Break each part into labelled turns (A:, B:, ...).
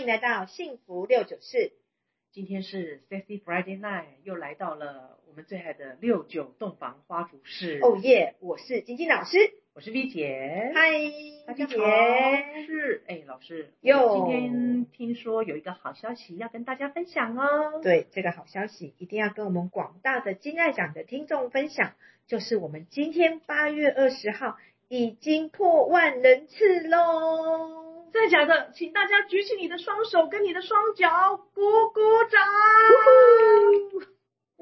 A: 迎来到幸福六九四，
B: 今天是 Sexy Friday Night，又来到了我们最爱的六九洞房花烛式。
A: 哦耶！我是晶晶老师，
B: 我是 V 姐，
A: 嗨，
B: 大
A: 丽
B: 家好，
A: 姐，
B: 是哎，老师，
A: 哟
B: 今天听说有一个好消息要跟大家分享哦。
A: 对这个好消息，一定要跟我们广大的金爱奖的听众分享，就是我们今天八月二十号已经破万人次喽！
B: 真的假的？请大家举起你的双手跟你的双脚，鼓鼓掌！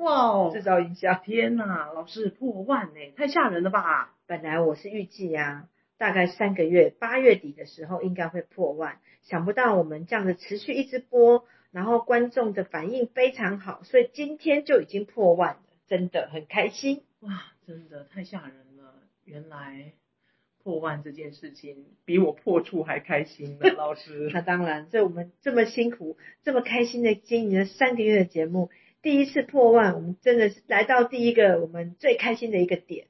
B: 哇哦！
A: 制造营销。
B: 天呐，老师破万呢，太吓人了吧？
A: 本来我是预计啊，大概三个月，八月底的时候应该会破万，想不到我们这样子持续一直播，然后观众的反应非常好，所以今天就已经破万了，真的很开心。
B: 哇，真的太吓人了！原来破万这件事情比我破处还开心呢，老 师。
A: 那当然，所以我们这么辛苦、这么开心的经营了三个月的节目，第一次破万，我们真的是来到第一个我们最开心的一个点，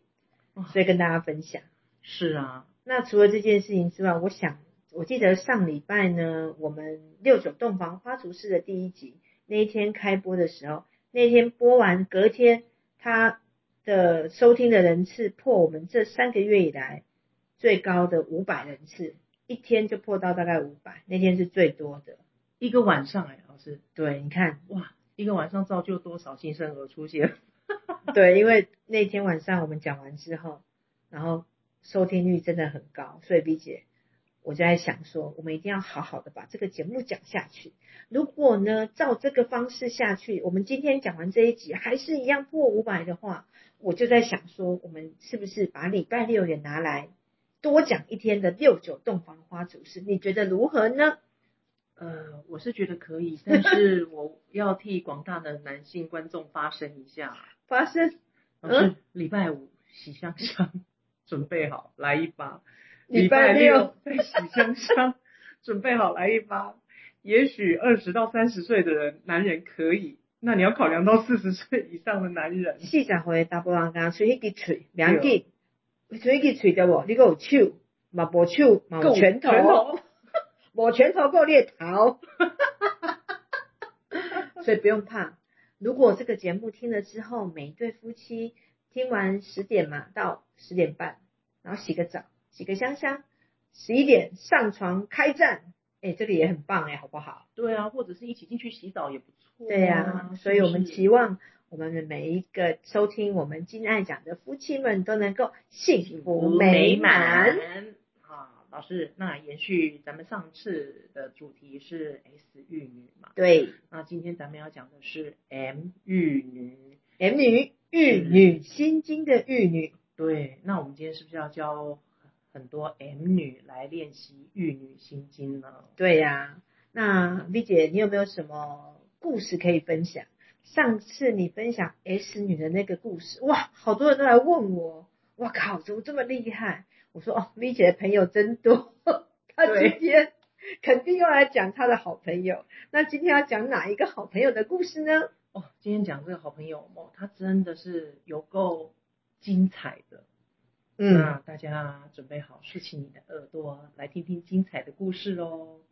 A: 所以跟大家分享。
B: 是啊，
A: 那除了这件事情之外，我想，我记得上礼拜呢，我们六九洞房花烛式的第一集那一天开播的时候，那天播完，隔天它的收听的人次破我们这三个月以来最高的五百人次，一天就破到大概五百，那天是最多的。
B: 一个晚上哎，老师，
A: 对，你看，
B: 哇，一个晚上造就多少新生儿出现？
A: 对，因为那天晚上我们讲完之后，然后收听率真的很高，所以 B 姐我就在想说，我们一定要好好的把这个节目讲下去。如果呢照这个方式下去，我们今天讲完这一集还是一样破五百的话，我就在想说，我们是不是把礼拜六也拿来多讲一天的六九洞房花烛事？你觉得如何呢？
B: 呃，我是觉得可以，但是我要替广大的男性观众发声一下，
A: 发生
B: 老师，哦礼拜五喜香香，准备好来一把。
A: 礼拜
B: 拜
A: 六，
B: 在喜香香， 准备好来一发。也许二十到三十岁的人，男人可以，那你要考量到四十岁以上的男人。
A: 四十岁查甫人敢吹迄支喙，两支，吹迄支喙对无？你还有手，嘛无手，嘛有拳头，
B: 拳头，
A: 无拳头够猎头。所以不用怕。如果这个节目听了之后，每一对夫妻听完十点嘛到十点半，然后洗个澡，洗个香香，十一点上床开战，哎、这个也很棒哎、好不好？
B: 对啊，或者是一起进去洗澡也不错、
A: 对呀、
B: 呀、
A: 所以我们
B: 其
A: 期望我们的每一个收听我们金爱奖的夫妻们都能够幸福美满。。
B: 啊，老师，那延续咱们上次的主题是 S 玉女嘛，
A: 对，
B: 那今天咱们要讲的是 M 玉女。
A: M 女玉女心经的玉女，
B: 对，那我们今天是不是要教很多 M 女来练习玉女心经呢？
A: 对呀、那 V 姐，你有没有什么故事可以分享？上次你分享 S 女的那个故事，哇，好多人都来问我，哇靠，怎么这么厉害？我说哦，V 姐的朋友真多，她今
B: 对
A: 天 肯定要来讲她的好朋友。那今天要讲哪一个好朋友的故事呢？
B: 哦，今天讲这个好朋友哦，他真的是有够精彩的。
A: 嗯
B: 那大家准备好竖起你的耳朵，来听听精彩的故事喽。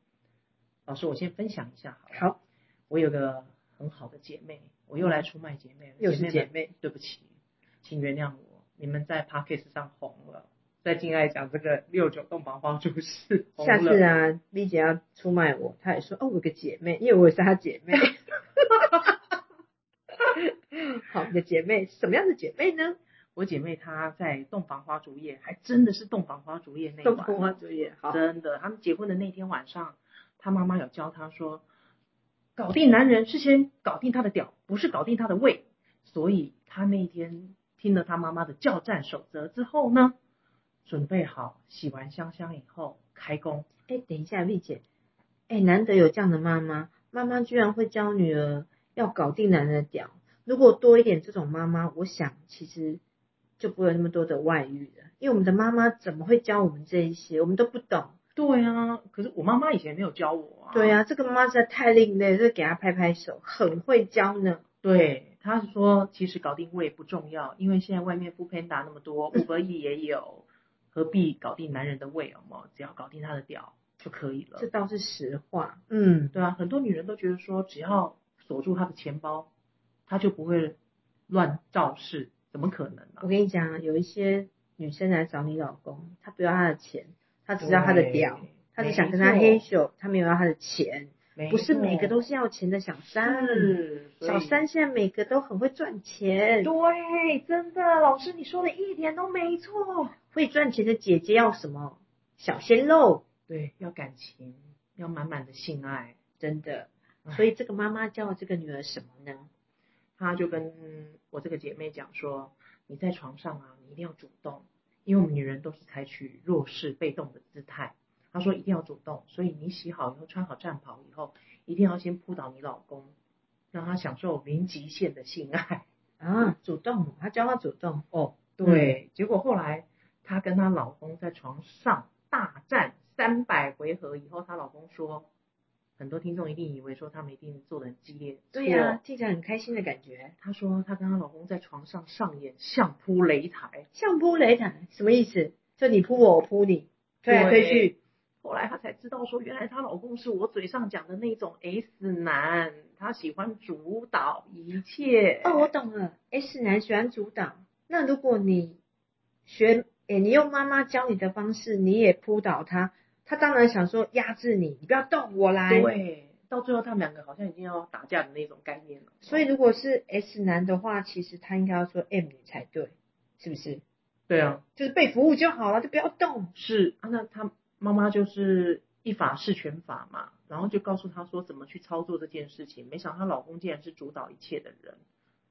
B: 老师，我先分享一下好了。
A: 好，
B: 我有个很好的姐妹，我又来出卖姐妹了。
A: 又是姐
B: 妹们，对不起，请原谅我。你们在 p o c k e t 上红了，在敬爱讲这个六九洞房花烛事红
A: 下
B: 了
A: 次啊，V 姐要出卖我，她也说哦，我有个姐妹，因为我也是她姐妹。 好，你的姐妹什么样的姐妹呢？
B: 我姐妹她在洞房花烛夜，还真的是洞房花烛夜那一晚，
A: 风花烛夜，好，
B: 真的，他们结婚的那天晚上，她妈妈有教她说，搞定男人是先搞定他的屌，不是搞定他的胃。所以她那一天听了她妈妈的教战守则之后呢，准备好洗完香香以后开工。
A: 哎，等一下，丽姐，哎，难得有这样的妈妈，妈妈居然会教女儿要搞定男人的屌。如果多一点这种妈妈，我想其实就不会有那么多的外遇了。因为我们的妈妈怎么会教我们这一些？我们都不懂。
B: 对啊，可是我妈妈以前没有教我啊。
A: 对呀、啊，这个妈妈实在太另类了，就给她拍拍手，很会教呢。
B: 对，他是说其实搞定胃不重要，因为现在外面 f o o Panda 那么多，五百亿也有，何必搞定男人的胃？有没有？只要搞定他的屌，就可以了
A: 这。倒是实话。嗯，
B: 对啊，很多女人都觉得说，只要锁住她的钱包，她就不会乱造势，怎么可能啊呢、
A: 我跟你讲，有一些女生来找你老公，她不要他的钱，她只要他的屌，
B: 对
A: 她只想跟他黑，咻，她没有要他的钱。
B: 没错嗯
A: 不是每个都是要钱的小三，
B: 是所以
A: 小三现在每个都很会赚钱，
B: 对，真的，老师你说的一点都没错。
A: 会赚钱的姐姐要什么小鲜肉，
B: 对，要感情，要满满的性爱。
A: 真的
B: 唉。
A: 所以这个妈妈教这个女儿什么呢？
B: 她就跟我这个姐妹讲说，你在床上啊，你一定要主动，因为我们女人都是采取弱势被动的姿态。她说一定要主动，所以你洗好以后，穿好战袍以后，一定要先扑倒你老公，让他享受零极限的性爱。
A: 啊，主动，她教她主动哦，
B: 对，结果后来她跟她老公在床上大战三百回合以后，她老公说，很多听众一定以为说他们一定做的很激烈，
A: 对呀、
B: 错
A: 听起来很开心的感觉，
B: 她说她跟她老公在床上上演相扑擂台，
A: 相扑擂台什么意思？就你扑我，我扑你，推来推去，
B: 后来她才知道说，原来她老公是我嘴上讲的那种 S 男，他喜欢主导一切。
A: 哦，我懂了，S 男喜欢主导。那如果你学，诶、你用妈妈教你的方式，你也扑倒他，他当然想说压制你，你不要动，我来。
B: 对，到最后他们两个好像已经要打架的那种概念了。
A: 所以如果是 S 男的话，其实他应该要说 M 女才对，是不是？
B: 对啊，
A: 就是被服务就好了，就不要动。
B: 是啊，那他妈妈就是一法是全法嘛，然后就告诉她说怎么去操作这件事情。没想到她老公竟然是主导一切的人。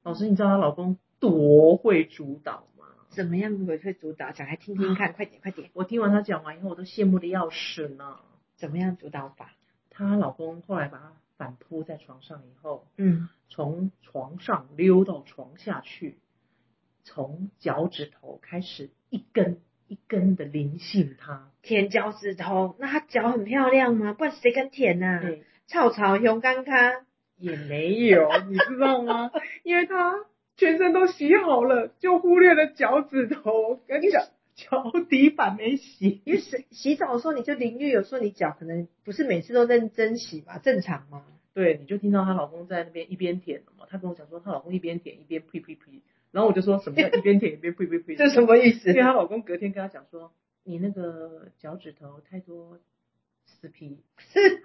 B: 老师，你知道她老公多会主导吗？
A: 怎么样鬼会主导？讲来听听看，快点快点，
B: 我听完她讲完以后，我都羡慕的要死呢。
A: 怎么样主导法？
B: 她老公后来把她反扑在床上以后，
A: 嗯，
B: 从床上溜到床下去，从脚趾头开始一根一根的灵性她。
A: 舔脚趾头，那他脚很漂亮吗？不然谁敢舔呐、
B: 对，
A: 草草熊刚刚。
B: 也没有，你知道吗？因为他全身都洗好了，就忽略了脚趾头跟脚脚底板没洗。
A: 因为洗洗澡的时候你就淋浴，有时候你脚可能不是每次都认真洗嘛，正常嘛。
B: 对，你就听到她老公在那边一边舔什么，她跟我讲说她老公一边舔一边呸呸呸，然后我就说什么叫一边舔一边呸呸呸？
A: 这什么意思
B: 因为？她老公隔天跟她讲说，你那个脚趾头太多死皮，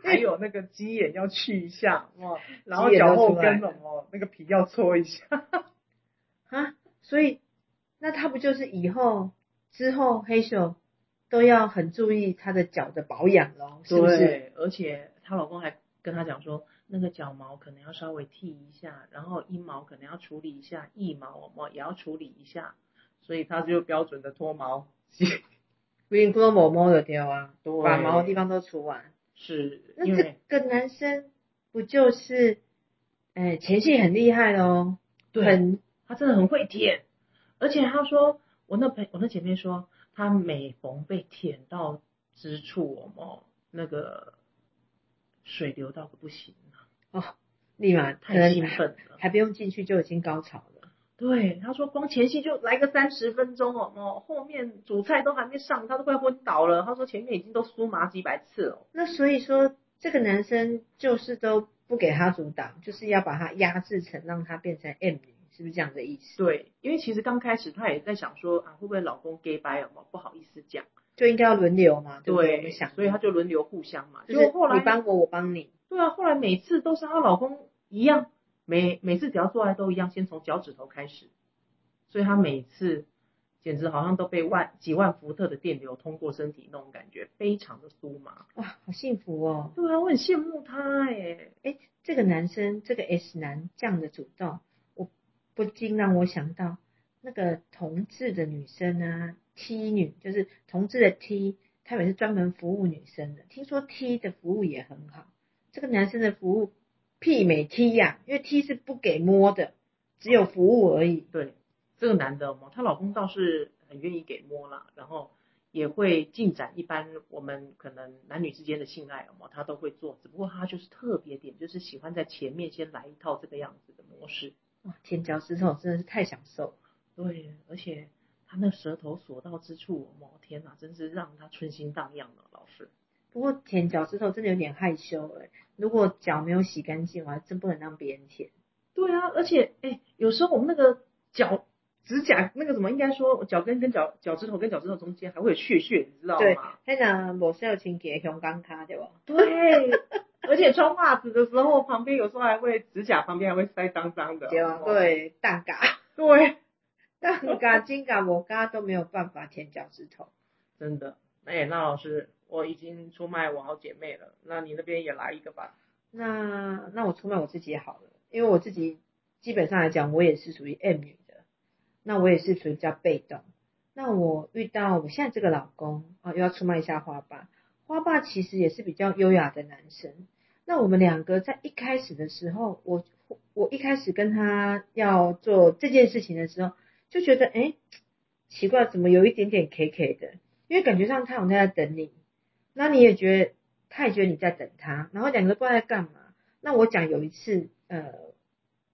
B: 还有那个鸡眼要去一下，哇，然后
A: 鸡眼
B: 脚
A: 都
B: 后
A: 出来
B: 跟什么那个皮要搓 一下。
A: 啊，所以那他不就是以后之后黑手都要很注意他的脚的保养咯，是不是？
B: 对，而且她老公还跟她讲说，那个脚毛可能要稍微剃一下，然后阴毛可能要处理一下，腋毛我也要处理一下，所以她就标准的脱毛。
A: 不不能某某的掉啊，
B: 对
A: 把毛的地方都除完。
B: 是
A: 那
B: 因
A: 这
B: 为
A: 个男生不就是，哎，前戏很厉害咯，
B: 很，
A: 很
B: 她真的很会舔，而且她说，我那朋我那姐妹说，她每逢被舔到之处，哦，那个水流到个不行，
A: 立马可
B: 太
A: 能
B: 兴奋了。
A: 还不用进去就已经高潮了。
B: 对，他说光前戏就来个三十分钟哦，哦，后面主菜都还没上，他都快昏倒了。他说前面已经都酥麻几百次了。
A: 那所以说，这个男生就是都不给他主导，就是要把他压制成让他变成 M 女，是不是这样的意思？
B: 对，因为其实刚开始她也在想说啊，会不会老公 gay 掰了嘛，不好意思讲。
A: 就应该要轮流嘛，对不对？我
B: 对
A: 们想，，
B: 所以她就轮流互相嘛。
A: 就是
B: 就后
A: 你
B: 来，
A: 帮我，我帮你，
B: 对啊，后来每次都是她老公一样，每每次只要做爱都一样，先从脚趾头开始。所以她每次简直好像都被万几万伏特的电流通过身体那种感觉，非常的酥麻。
A: 哇，好幸福哦！
B: 对啊，我很羡慕她哎。
A: 哎，这个男生，这个 S 男这样的主动，我不禁让我想到那个同志的女生啊，T 女，就是同志的 T，他们也是专门服务女生的。听说 T 的服务也很好，这个男生的服务媲美 T 呀、因为 T 是不给摸的，只有服务而已。
B: 对，这个男的哦嘛，她老公倒是很愿意给摸啦，然后也会进展一般我们可能男女之间的性爱嘛，他都会做，只不过他就是特别点，就是喜欢在前面先来一套这个样子的模式。
A: 哇，舔脚趾头真的是太享受了，
B: 对，而且他那舌头所到之处，哦，天哪，真是让他春心荡漾了，老师。
A: 不过舔脚趾头真的有点害羞哎、如果脚没有洗干净，我还真不能让别人舔。
B: 对啊，而且哎，有时候我们那个脚指甲那个什么，应该说脚跟跟脚脚趾头跟脚趾头中间还会有血血，你知道
A: 对
B: 吗？
A: 那那我是有情节熊刚卡哦对吧？
B: 对，而且穿袜子的时候，旁边有时候还会指甲旁边还会塞脏脏的。哦
A: 对啊，对，蛋嘎、
B: 对，
A: 蛋嘎、金嘎、我嘎都没有办法舔脚趾头。
B: 真的。哎，那老师，我已经出卖我好姐妹了，那你那边也来一个吧。
A: 那那我出卖我自己好了，因为我自己基本上来讲，我也是属于 M 女的，那我也是属于比较被动。那我遇到我现在这个老公啊，又要出卖一下花爸。花爸其实也是比较优雅的男生。那我们两个在一开始的时候，我我一开始跟他要做这件事情的时候，就觉得哎，诶奇怪，怎么有一点点 K K 的？因为感觉上他好像在等你，那你也觉得他也觉得你在等他，然后两个都不知道在干嘛。那我讲有一次，呃，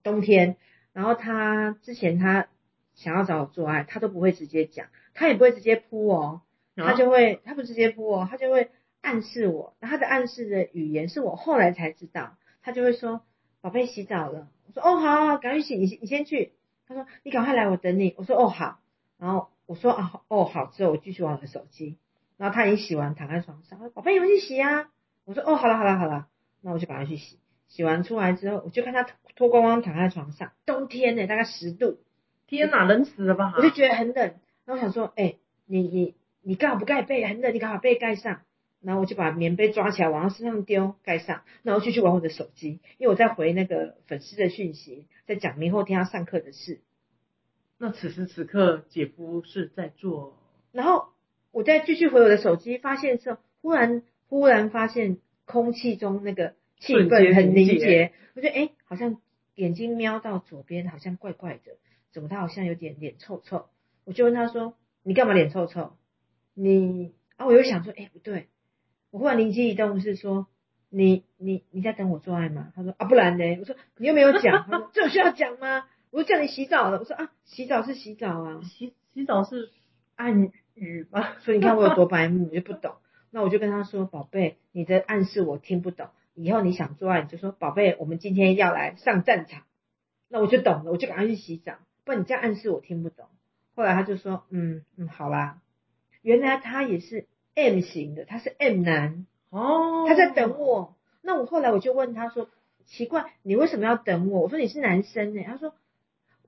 A: 冬天，然后他之前他想要找我做爱，他都不会直接讲，他也不会直接扑哦，他就会他不直接扑哦，他就会暗示我，那他的暗示的语言是我后来才知道，他就会说宝贝洗澡了，我说哦好好好，赶紧洗，你你先去，他说你赶快来，我等你，我说哦好，然后我说啊哦好之后我继续玩我的手机，然后他已经洗完躺在床上，他说宝贝你们去洗啊，我说哦好了好了好了，那我就赶快去洗。洗完出来之后，我就看他脱脱光光躺在床上，冬天呢、大概十度，
B: 天哪，冷死了吧？
A: 我就觉得很冷。然后我想说，哎、你你你盖好不盖被？很冷，你赶快把被盖上。然后我就把棉被抓起来往他身上丢，盖上，然后就去玩我的手机，因为我在回那个粉丝的讯息，在讲明后天要上课的事。
B: 那此时此刻，姐夫是在做
A: 然后我再继续回我的手机，发现是忽然忽然发现空气中那个气氛很凝
B: 瞬间凝
A: 结，我觉得哎，诶好像眼睛瞄到左边，好像怪怪的，怎么他好像有点脸臭臭？我就问他说：“你干嘛脸臭臭？”你啊，我又想说，哎，不对，我忽然灵机一动是说。你你你在等我做爱吗？他说啊，不然呢？我说你又没有讲。他说这有需要讲吗？我说叫你洗澡了。我说啊，洗澡是洗澡啊。
B: 洗洗澡是暗语吧？
A: 所以你看我有多白目，我就不懂。那我就跟他说：“宝贝，你的暗示我听不懂，以后你想做爱你就说，宝贝，我们今天要来上战场。”那我就懂了，我就赶快去洗澡，不然你这样暗示我听不懂。后来他就说：“嗯嗯，好啦。”原来他也是 M 型的，他是 M 男，
B: 哦，
A: 他在等。我。那我后来我就问他说：“奇怪，你为什么要等我？”我说：“你是男生呢、欸他说：“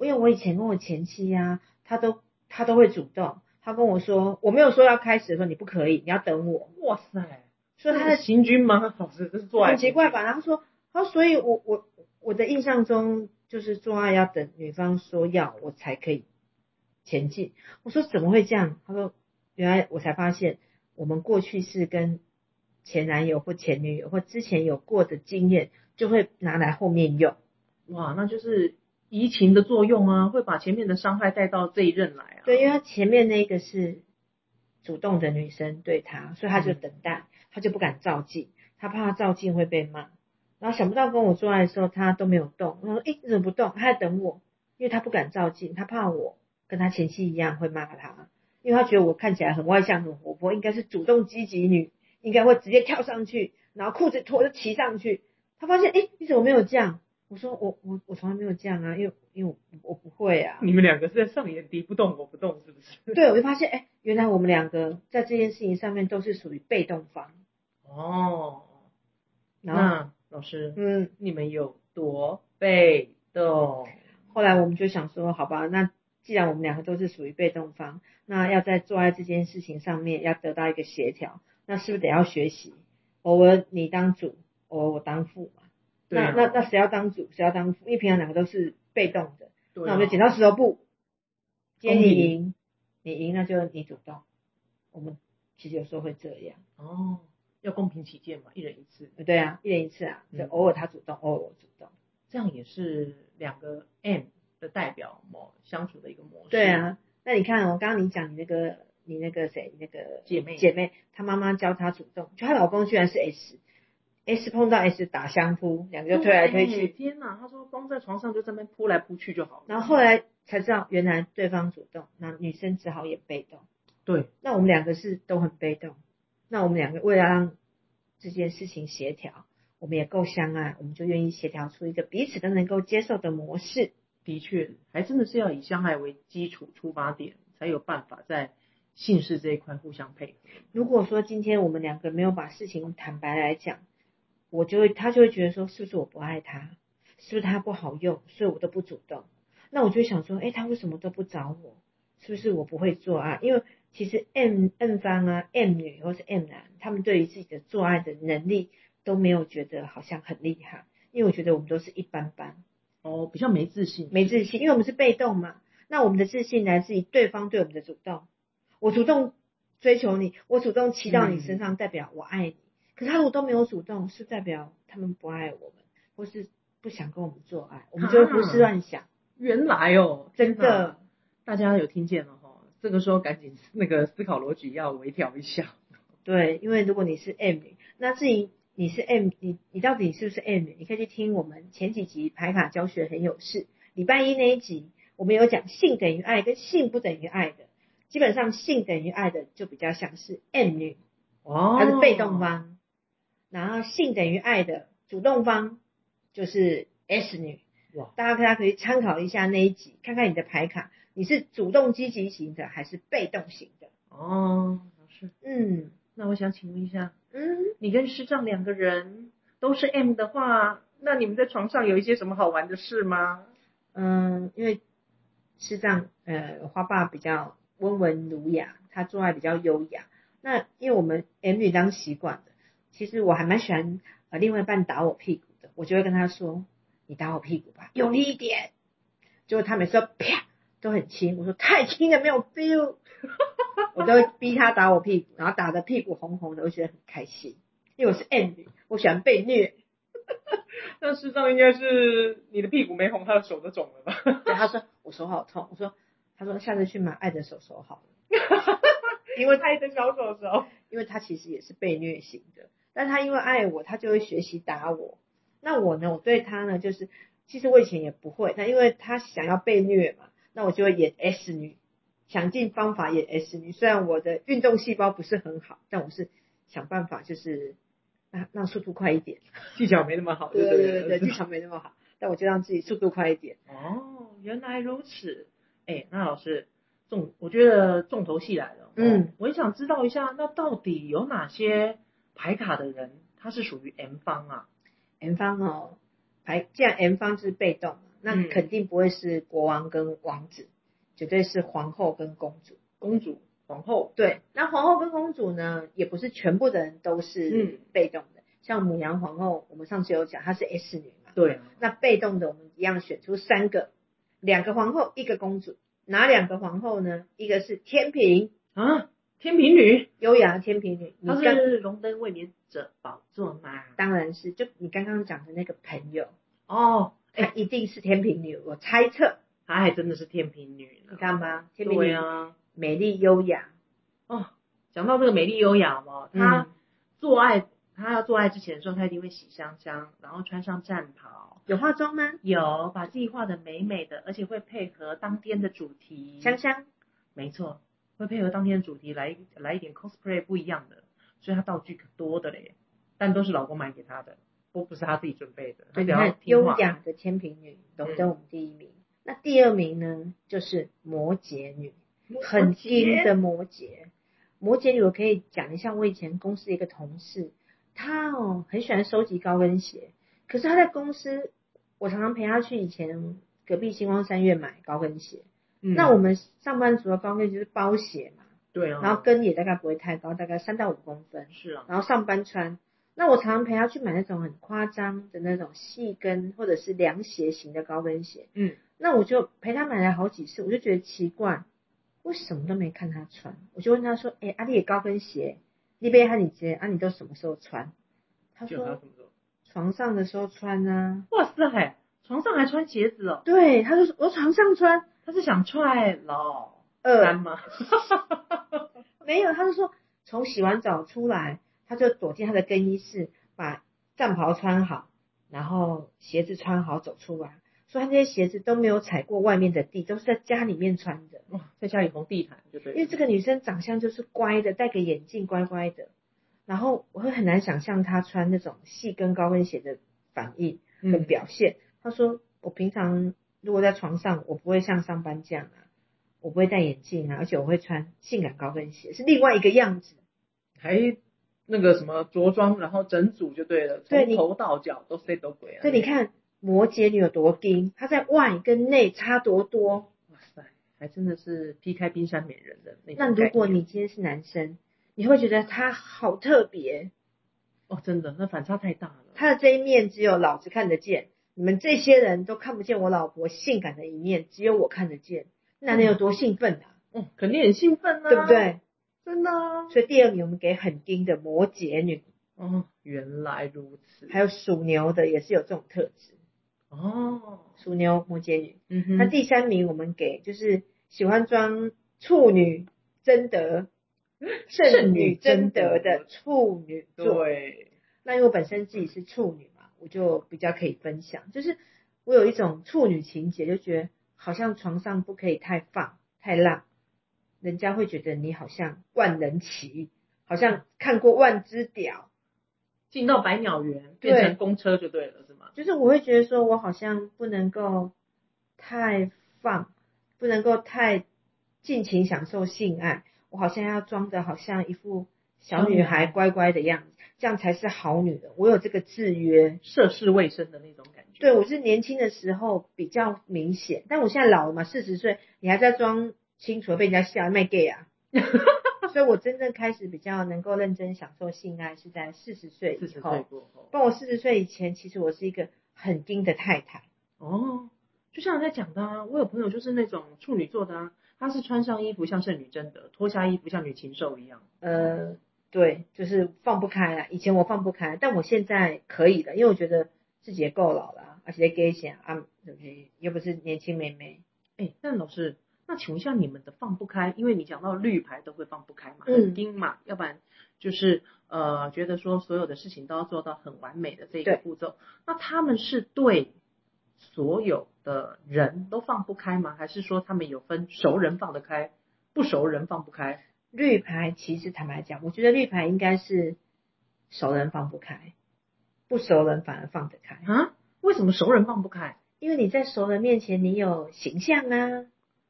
A: 因为我以前跟我前妻呀、他都他都会主动，他跟我说我没有说要开始的时候你不可以，你要等我。
B: 哇塞，”
A: 所以他
B: 是
A: 的
B: 行军吗？老师，这是做爱
A: 很奇怪吧？然后说，他说哦所以我我我的印象中就是做爱要等女方说要我才可以前进。我说怎么会这样？他说原来我才发现我们过去是跟前男友或前女友或之前有过的经验，就会拿来后面用。
B: 哇，那就是移情的作用啊，会把前面的伤害带到这一任来啊。
A: 对，因为他前面那个是主动的女生对他，所以他就等待，
B: 嗯
A: 他就不敢照镜，他怕他照镜会被骂。然后想不到跟我做爱的时候，他都没有动，我说：“诶，你怎么不动？”他在等我，因为他不敢照镜，他怕我跟他前妻一样会骂他，因为他觉得我看起来很外向、很活泼，应该是主动积极女，应该会直接跳上去，然后裤子脱就骑上去。他发现：“诶，你怎么没有这样？”我说：“我我我从来没有这样啊，因为因为我我不会啊。”
B: 你们两个是在上演敌不动我不动，是不是？
A: 对，我就发现，哎，原来我们两个在这件事情上面都是属于被动方。
B: 哦，
A: 然后，
B: 那老师，
A: 嗯，
B: 你们有多被动？
A: 后来我们就想说，好吧，那既然我们两个都是属于被动方，那要在做爱这件事情上面要得到一个协调，那是不是得要学习？偶尔你当主，偶尔我当副嘛。
B: 对啊
A: 那那那谁要当主，谁要当副？因为平常两个都是被动的，
B: 对啊
A: 那我们就剪刀石头布，今天你
B: 公平
A: 赢，你赢那就你主动。我们其实有时候会这样。
B: 哦，要公平起见嘛，一人一次，
A: 对啊，一人一次啊，就
B: 嗯
A: 偶尔他主动，偶尔我主动。
B: 这样也是两个 M 的代表模相处的一个模式。
A: 对，啊，那你看哦、我刚刚你讲你那个你那个谁，那个
B: 姐妹
A: 姐妹，她妈妈教她主动，就她老公居然是 S，S 碰到 S 打相扑，两
B: 哦
A: 个就推来推去，
B: 对天哪，他说光在床上就这么扑来扑去就好了。
A: 然后后来才知道原来对方主动，那女生只好也被动。
B: 对，
A: 那我们两个是都很被动，那我们两个为了让这件事情协调，我们也够相爱，我们就愿意协调出一个彼此都能够接受的模式。
B: 的确，还真的是要以相爱为基础出发点，才有办法在姓氏这一块互相配合。
A: 如果说今天我们两个没有把事情坦白来讲，我就会他就会觉得说，是不是我不爱他，是不是他不好用，所以我都不主动。那我就会想说，哎，他为什么都不找我？是不是我不会做爱？因为其实 M M 方啊，M 女或是 M 男，他们对于自己的做爱的能力都没有觉得好像很厉害，因为我觉得我们都是一般般，
B: 哦，比较没自信，
A: 没自信，因为我们是被动嘛。那我们的自信来自于对方对我们的主动，我主动追求你，我主动骑到你身上，代表我爱你。可是他如果都没有主动，是代表他们不爱我们，或是不想跟我们做爱，我们就会胡思乱想。
B: 原来哦，
A: 真的，
B: 大家有听见了哈、这个时候赶紧那个思考逻辑要微调一下。
A: 对，因为如果你是 M，那至于你是 M，你你到底是不是 M，你可以去听我们前几集牌卡教学很有事，礼拜一那一集我们有讲性等于爱跟性不等于爱的，基本上性等于爱的就比较像是 M 女，
B: 哦
A: 它是被动，方，然后性等于爱的主动方就是 S 女
B: 哇。
A: 大家大家可以参考一下那一集，看看你的牌卡，你是主动积极型的还是被动型的？
B: 哦，是。
A: 嗯
B: 那我想请问一下，
A: 嗯。
B: 你跟师丈两个人都是 M 的话，那你们在床上有一些什么好玩的事吗？
A: 嗯，因为是这样，呃，花爸比较温文儒雅，他做爱比较优雅。那因为我们 M 女当习惯的，其实我还蛮喜欢呃另外一半打我屁股的，我就会跟他说：“你打我屁股吧，用力一点。”结果他每次都啪都很轻，我说太轻了没有 feel，我都会逼他打我屁股，然后打的屁股红红的，我觉得很开心，因为我是 M 女，我喜欢被虐。
B: 那师丈应该是你的屁股没红，他的手都肿了吧？
A: 对，他说我手好痛，我说他说下次去买爱的手手好了，因为他
B: 爱的小手手。
A: 因为他其实也是被虐型的，但他因为爱我，他就会学习打我。那我呢，我对他呢，就是其实我以前也不会，那因为他想要被虐嘛，那我就会演 S 女，想尽方法演 S 女。虽然我的运动细胞不是很好，但我是想办法就是让让速度快一点，
B: 技巧没那么好，
A: 对
B: 对
A: 对对，技。巧没那么好，但我就让自己速度快一点。
B: 哦，原来如此。哎，那老师，重我觉得重头戏来了。哦
A: 嗯，
B: 我也想知道一下，那到底有哪些牌卡的人他是属于 M 方啊？
A: M 方哦，还既然 M 方就是被动嘛，那
B: 嗯
A: 肯定不会是国王跟王子，绝对是皇后跟公主。
B: 公主、皇后，
A: 对，那皇后跟公主呢，也不是全部的人都是
B: 嗯
A: 被动的，像母羊皇后，我们上次有讲她是 S 女嘛，
B: 对啊，
A: 那被动的我们一样选出三个，两个皇后，一个公主，哪两个皇后呢？一个是天平，
B: 啊，天平女，
A: 优雅的天平女，你
B: 她
A: 刚
B: 是荣登卫冕者宝座嘛？
A: 当然是就你刚刚讲的那个朋友，
B: 哦，
A: 她一定是天平女，我猜测，
B: 她还真的是天平女呢。
A: 你看吧，天平
B: 对
A: 女
B: 啊，
A: 美丽优雅，
B: 哦，讲到这个美丽优雅哦，她、
A: 嗯，
B: 做爱，他要做爱之前的时候，他一定会洗香香，然后穿上战袍，
A: 有化妆吗？
B: 有把自己画的美美的，而且会配合当天的主题。
A: 香香，
B: 没错，会配合当天的主题来来一点 cosplay 不一样的，所以他道具可多的嘞，但都是老公买给他的，都不是他自己准备的。他
A: 对，
B: 只
A: 你
B: 要
A: 看
B: 听
A: 优
B: 话。
A: 雅的嗯天平女荣登我们第一名。那第二名呢，就是摩羯女，很精的摩羯。摩羯女，我可以讲一下，我以前公司的一个同事，她哦很喜欢收集高跟鞋，可是她在公司，我常常陪她去以前隔壁星光三月买高跟鞋。
B: 嗯
A: 那我们上班族的高跟鞋就是包鞋嘛，
B: 对啊，
A: 然后跟也大概不会太高，大概三到五公分。
B: 是啊，
A: 然后上班穿。那我常常陪他去买那种很夸张的那种细跟或者是凉鞋型的高跟鞋。
B: 嗯，
A: 那我就陪他买了好几次，我就觉得奇怪，为什么都没看他穿？我就问他说：“哎、阿丽的高跟鞋，丽贝和你姐，啊，你都什么时候穿？”他
B: 就他
A: 说
B: 怎么说？：“
A: 床上的时候穿啊。
B: 哇塞，床上还穿鞋子”哦，
A: 对，他就说：“我床上穿。
B: 他是想踹老
A: 呃
B: 三，吗？
A: 没有，他就说从洗完澡出来，他就躲进他的更衣室，把战袍穿好，然后鞋子穿好走出来。所以他那些鞋子都没有踩过外面的地，都是在家里面穿的。
B: 哇，在家里红地毯就对了，
A: 因为这个女生长相就是乖的，戴个眼镜乖乖的。然后我会很难想象他穿那种细跟高跟鞋的反应跟
B: 嗯，
A: 表现。他说我平常如果在床上，我不会像上班这样啊，我不会戴眼镜啊，而且我会穿性感高跟鞋，是另外一个样子。
B: 还那个什么着装，然后整组就对了，
A: 对
B: 从
A: 你
B: 头到脚都 say 都鬼啊。
A: 所以你，看摩羯女有多精，她在外跟内差多多。
B: 哇塞，还真的是劈开冰山美人的那种
A: 那如
B: 概
A: 果
B: 念
A: 你今天是男生，你会觉得他好特别，
B: 哦，真的那反差太大了。
A: 他的这一面只有老子看得见，你们这些人都看不见我老婆性感的一面，只有我看得见。那男人有多兴奋啊，
B: 嗯，肯定很兴奋啊，
A: 对不？对？
B: 真的、啊。
A: 所以第二名我们给很丁的摩羯女，
B: 哦，原来如此。
A: 还有属牛的也是有这种特质，
B: 哦，
A: 属牛摩羯女。
B: 嗯哼，
A: 那第三名我们给就是喜欢装处女贞 德、圣女贞德的处女座。
B: 对，
A: 那因为我本身自己是处女嘛，我就比较可以分享，就是我有一种处女情节，就觉得好像床上不可以太放太浪，人家会觉得你好像万人骑，好像看过万只屌，
B: 进到百鸟园
A: 对
B: 变成公车就对了，是吗？
A: 就是我会觉得说我好像不能够太放，不能够太尽情享受性爱，我好像要装的好像一副小女孩乖乖的样子，这样才是好女人。我有这个制约，
B: 涉世未深的那种感觉。
A: 对我是年轻的时候比较明显，但我现在老了嘛，四十岁，你还在装清楚，被人家笑卖 gay 啊。 所以，我真正开始比较能够认真享受性爱是在四十岁
B: 四
A: 以
B: 十
A: 后
B: 岁。过后，
A: 但我四十岁以前，其实我是一个很精的太太。
B: 哦，就像人家讲的啊，我有朋友就是那种处女座的啊，她是穿上衣服像圣女贞德，脱下衣服像女禽兽一样。
A: 呃，对，就是放不开啊。以前我放不开，但我现在可以了，因为我觉得自己也够老了啊，而且给钱啊，对不对？又不是年轻妹妹。
B: 哎，但老师，那请问一下你们的放不开，因为你讲到绿牌都会放不开嘛，
A: 嗯
B: 很盯嘛，要不然就是呃觉得说所有的事情都要做到很完美的这
A: 对
B: 个步骤，那他们是对所有的人都放不开吗？还是说他们有分熟人放得开，不熟人放不开？
A: 绿牌其实坦白讲，我觉得绿牌应该是熟人放不开，不熟人反而放得开，
B: 啊？为什么熟人放不开？
A: 因为你在熟人面前你有形象啊，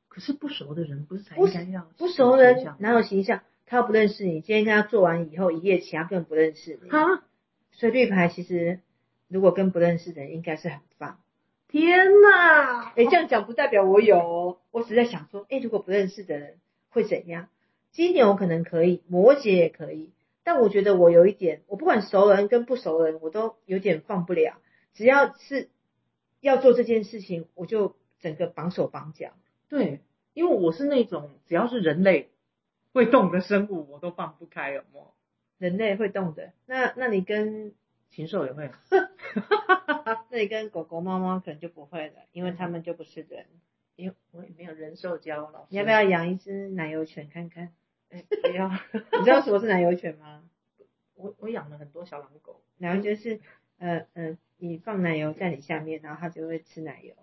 B: 可是不熟的人不是才
A: 不
B: 应该要
A: 不
B: 是
A: 熟
B: 形
A: 人
B: 象
A: 哪有形象？他又不认识你，今天跟他做完以后一夜情，他根本不认识你，
B: 啊？
A: 所以绿牌其实如果跟不认识的人应该是很放。
B: 天哪！
A: 哎、这样讲不代表我有哦，我只是在想说，哎、如果不认识的人会怎样？金牛可能可以，摩羯也可以，但我觉得我有一点，我不管熟人跟不熟人，我都有点放不了。只要是要做这件事情，我就整个绑手绑脚。
B: 对，因为我是那种只要是人类会动的生物，我都放不开，有没有？
A: 人类会动的，那那你跟
B: 禽兽也 会，
A: 那你跟狗狗、猫猫可能就不会了，因为它们就不是人。
B: 因为我也没有人兽交，老师
A: 你要不要？养一只奶油犬看看？
B: 哎不要，
A: 你知道什么是奶油犬吗？
B: 我我养了很多小狼狗，
A: 奶油就是呃呃，你放奶油在你下面，然后它就会吃奶油。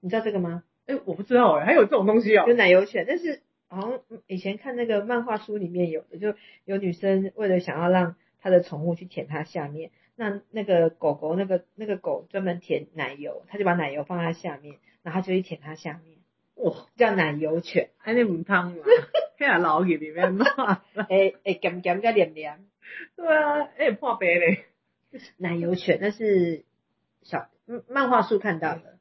A: 你知道这个吗？
B: 哎，我不知道哎，还有这种东西哦
A: 有奶油犬，但是好像嗯以前看那个漫画书里面有的，就有女生为了想要让她的宠物去舔它下面，那那个狗狗那个那个狗专门舔奶油，它就把奶油放在它下面，然后它就去舔它下面，
B: 哇，
A: 叫奶油 犬。
B: 哎，那母汤啦，黑在老给里面嘛，
A: 哎哎，咸咸加黏黏，
B: 对啊，哎，破白嘞，
A: 奶油犬那是小嗯漫画书看到的，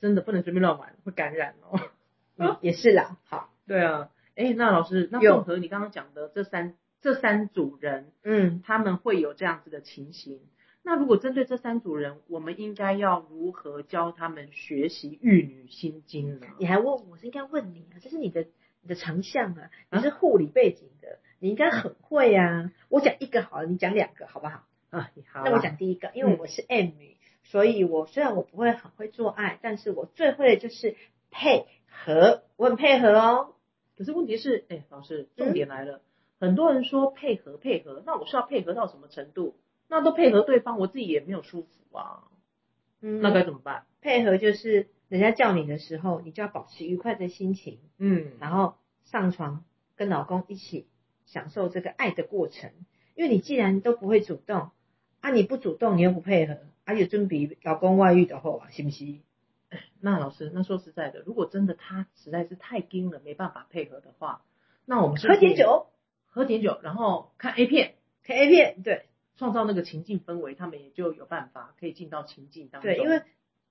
B: 真的不能随便乱玩，会感染哦。
A: 嗯也是啦。好，
B: 对啊，哎，那老师，那
A: 有
B: 综合你刚刚讲的这三这三组人，
A: 嗯，
B: 他们会有这样子的情形。那如果针对这三组人，我们应该要如何教他们学习《玉女心经》呢？
A: 你还问我是应该问你啊，这是你的你的长项啊，
B: 啊
A: 你是护理背景的，你应该很会啊。我讲一个好了，你讲两个好不好？
B: 啊，你好啊
A: 那我讲第一个，因为我是 M 女，所以我虽然我不会很会做爱，但是我最会的就是配合，我很配合哦。
B: 可是问题是，哎，老师，
A: 嗯
B: 重点来了，很多人说配合配合，那我是要配合到什么程度？那都配合对方，我自己也没有舒服啊，
A: 嗯
B: 那该怎么办？
A: 配合就是人家叫你的时候，你就要保持愉快的心情，
B: 嗯，
A: 然后上床跟老公一起享受这个爱的过程。因为你既然都不会主动，啊，你不主动，你又不配合，啊，有准比老公外遇的后啊，是不是？
B: 那老师，那说实在的，如果真的他实在是太硬了，没办法配合的话，那我们是不
A: 喝
B: 是可以
A: 点，酒，
B: 喝点酒，然后看 A 片，
A: 看 A 片，对
B: 创造那个情境氛围，他们也就有办法可以进到情境当中。
A: 对，因为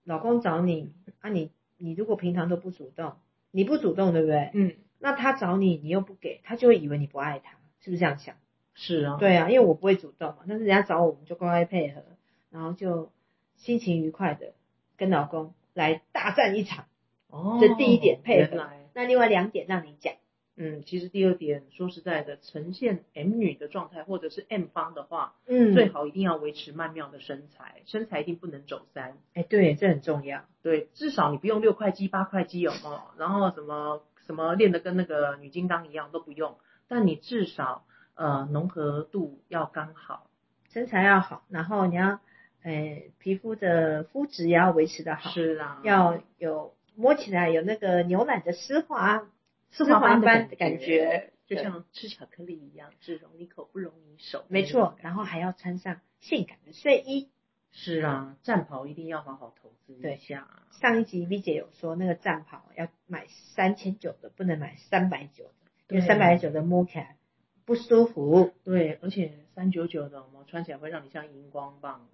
A: 老公找你，啊你，你如果平常都不主动，你不主动，对不对？
B: 嗯，
A: 那他找你，你又不给，他就会以为你不爱他，是不是这样想？
B: 是啊，
A: 对啊，因为我不会主动嘛，但是人家找我，我们就乖乖配合，然后就心情愉快的跟老公来大战一场。
B: 哦，
A: 这第一点配合
B: 原来，
A: 那另外两点让你讲，
B: 嗯，其实第二点，说实在的，呈现 M 女的状态或者是 M 方的话，
A: 嗯
B: 最
A: 对，
B: 好一定要维持曼妙的身材，身材一定不能走三。
A: 哎，对，这很重要。
B: 对，至少你不用六块肌、八块肌有没有？然后什么什么练得跟那个女金刚一样都不用，但你至少呃浓合度要刚好。
A: 身材要好，然后你要，呃，皮肤的肤质也要维持的好，
B: 是啊，
A: 要有摸起来有那个牛奶的丝滑，
B: 丝滑
A: 般
B: 般
A: 的
B: 感
A: 感觉，
B: 就
A: 对
B: 像吃巧克力一样，只容你口不容你手。
A: 没错，，然后还要穿上性感的睡衣。
B: 是啊，战袍一定要好好投资一下。
A: 上一集 V 姐有说那个战袍要买三千九的，不能买三百九的，因为
B: 对
A: 三百九的摸起来不舒 服，
B: 对，而且三九九的，我们穿起来会让你像荧光 棒。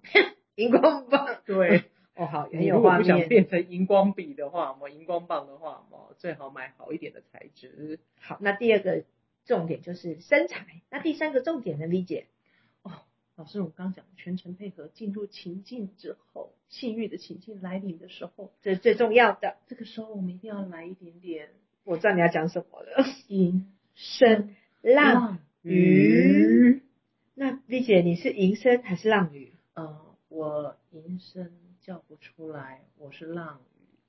A: 荧光棒。
B: 对，
A: 哦，好，很
B: 你
A: 有
B: 如果
A: 画
B: 不想
A: 面。
B: 变成荧光笔的话，我荧光棒的话，我最好买好一点的材质。
A: 好，那第二个重点就是身材，那第三个重点呢，V 姐？
B: 老师，我们刚讲全程配合，进入情境之后，性欲的情境来临的时候，
A: 这是最重要的。
B: 这个时候我们一定要来一点点
A: 我知道你要讲什么了。
B: 银
A: 声浪
B: 浪
A: 鱼。那 V 姐，你是银声还是浪鱼？
B: 呃，我银声叫不出来，我是浪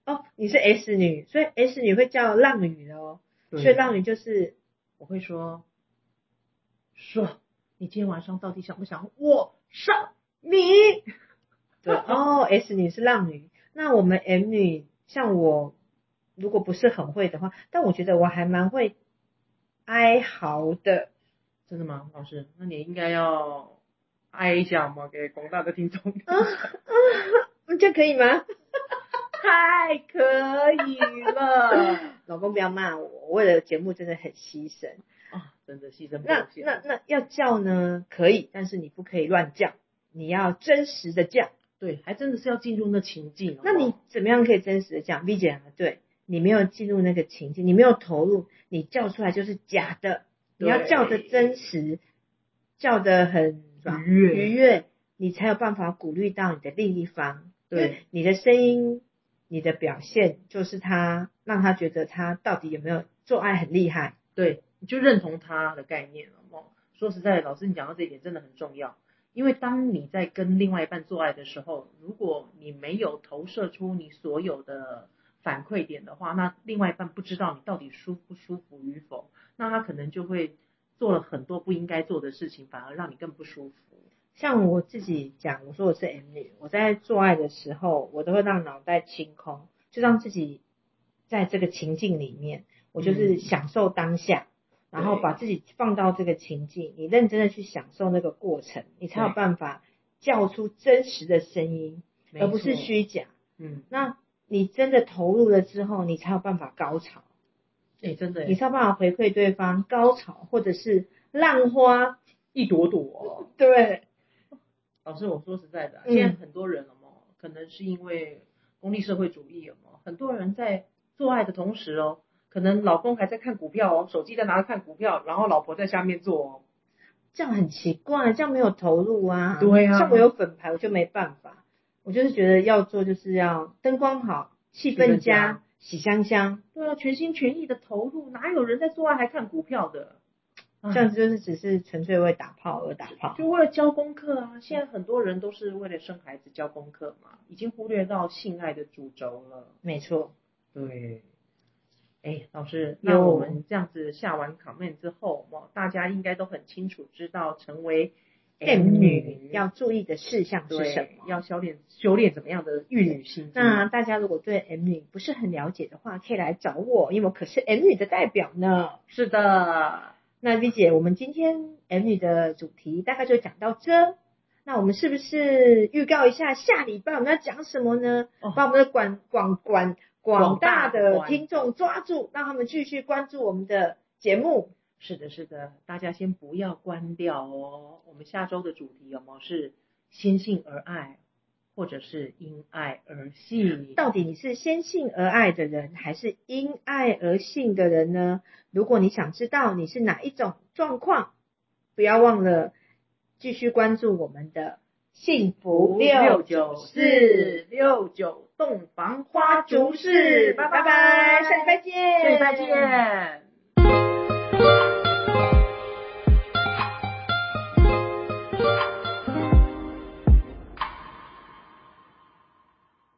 A: 哦，你是 S 女，所以 S 女会叫浪女的哦。
B: 鱼，
A: 所以浪女就是
B: 我会说，说你今天晚上到底想不想我上你？
A: 对哦，S 女是浪女。那我们 M 女，像我如果不是很会的话，但我觉得我还蛮会哀嚎的。
B: 真的吗，老师？那你应该要哀一下嘛，给广大的听众。
A: 嗯，这样可以吗？
B: 太可以了
A: 老公不要骂我，我为了节目真的很牺牲。
B: 啊！真的牺牲
A: 那
B: 奉献。
A: 那那要叫呢？可以，但是你不可以乱叫，你要真实的叫。
B: 对，还真的是要进入那情境哦。
A: 那你怎么样可以真实的讲？V 姐讲的对，你没有进入那个情境，你没有投入，你叫出来就是假的。你
B: 对
A: 要叫的真实，叫的很
B: 愉悦啊
A: 愉悦，你才有办法鼓励到你的另一方。
B: 对，
A: 你的声音，你的表现，就是他让他觉得他到底有没有做爱很厉害。
B: 对，你就认同他的概念了哦。说实在的，老师，你讲到这一点真的很重要，因为当你在跟另外一半做爱的时候，如果你没有投射出你所有的反馈点的话，那另外一半不知道你到底舒不舒服与否，那他可能就会做了很多不应该做的事情，反而让你更不舒服。
A: 像我自己讲，我说我是 M 女，我在做爱的时候，我都会让脑袋清空，就让自己在这个情境里面，我
B: 嗯
A: 就是享受当下，然后把自己放到这个情境，你认真的去享受那个过程，你才有
B: 对
A: 办法叫出真实的声音，而不是
B: 没错，
A: 虚假。
B: 嗯，
A: 那你真的投入了之后，你才有办法高潮，
B: 哎、真的
A: 你才有办法回馈对方高潮或者是浪花。
B: 一朵哦朵、
A: 对，
B: 老师，我说实在的啊，
A: 嗯
B: 现在很多人了嘛，可能是因为功利社会主义了嘛，很多人在做爱的同时哦，可能老公还在看股票哦，手机在拿着看股票，然后老婆在下面做哦。
A: 这样很奇怪，这样没有投入啊。
B: 对啊
A: 像我有粉牌，我就没办法，我就是觉得要做就是要灯光好，气氛
B: 气氛佳
A: 佳，喜香 香，
B: 对啊，全心全意的投入，哪有人在做爱还看股票的？
A: 这样子就是只是纯粹为打炮而打炮。
B: 就为了交功课啊！现在很多人都是为了生孩子交功课嘛，已经忽略到性爱的主轴了。
A: 没错，
B: 对，哎，老师，
A: 有
B: 那我们这样子下完 comment 之后，哦，大家应该都很清楚知道成为
A: m 女
B: 要
A: 要注意的事项是什
B: 对
A: 么？
B: 要修炼修炼怎么样的玉女心经？
A: 那大家如果对 M 女不是很了解的话，可以来找我，因为我可是 M 女的代表呢。
B: 是的，
A: 那 V 姐，我们今天 M 女的主题大概就讲到这。那我们是不是预告一下下礼拜我们要讲什么呢？
B: 哦
A: 把我们的广广广广
B: 广
A: 大
B: 大
A: 的
B: 观
A: 听众抓住，让他们继续关注我们的节目。
B: 是的，是的，大家先不要关掉哦。我们下周的主题有没有是心性而爱，或者是因爱而性？
A: 到底你是先性而爱的人，还是因爱而性的人呢？如果你想知道你是哪一种状况，不要忘了继续关注我们的幸福六九四
B: 六九洞房花
A: 花
B: 烛
A: 烛
B: 事，
A: 式，
B: 拜
A: 拜
B: 拜
A: 拜，下礼拜见，
B: 下礼拜见。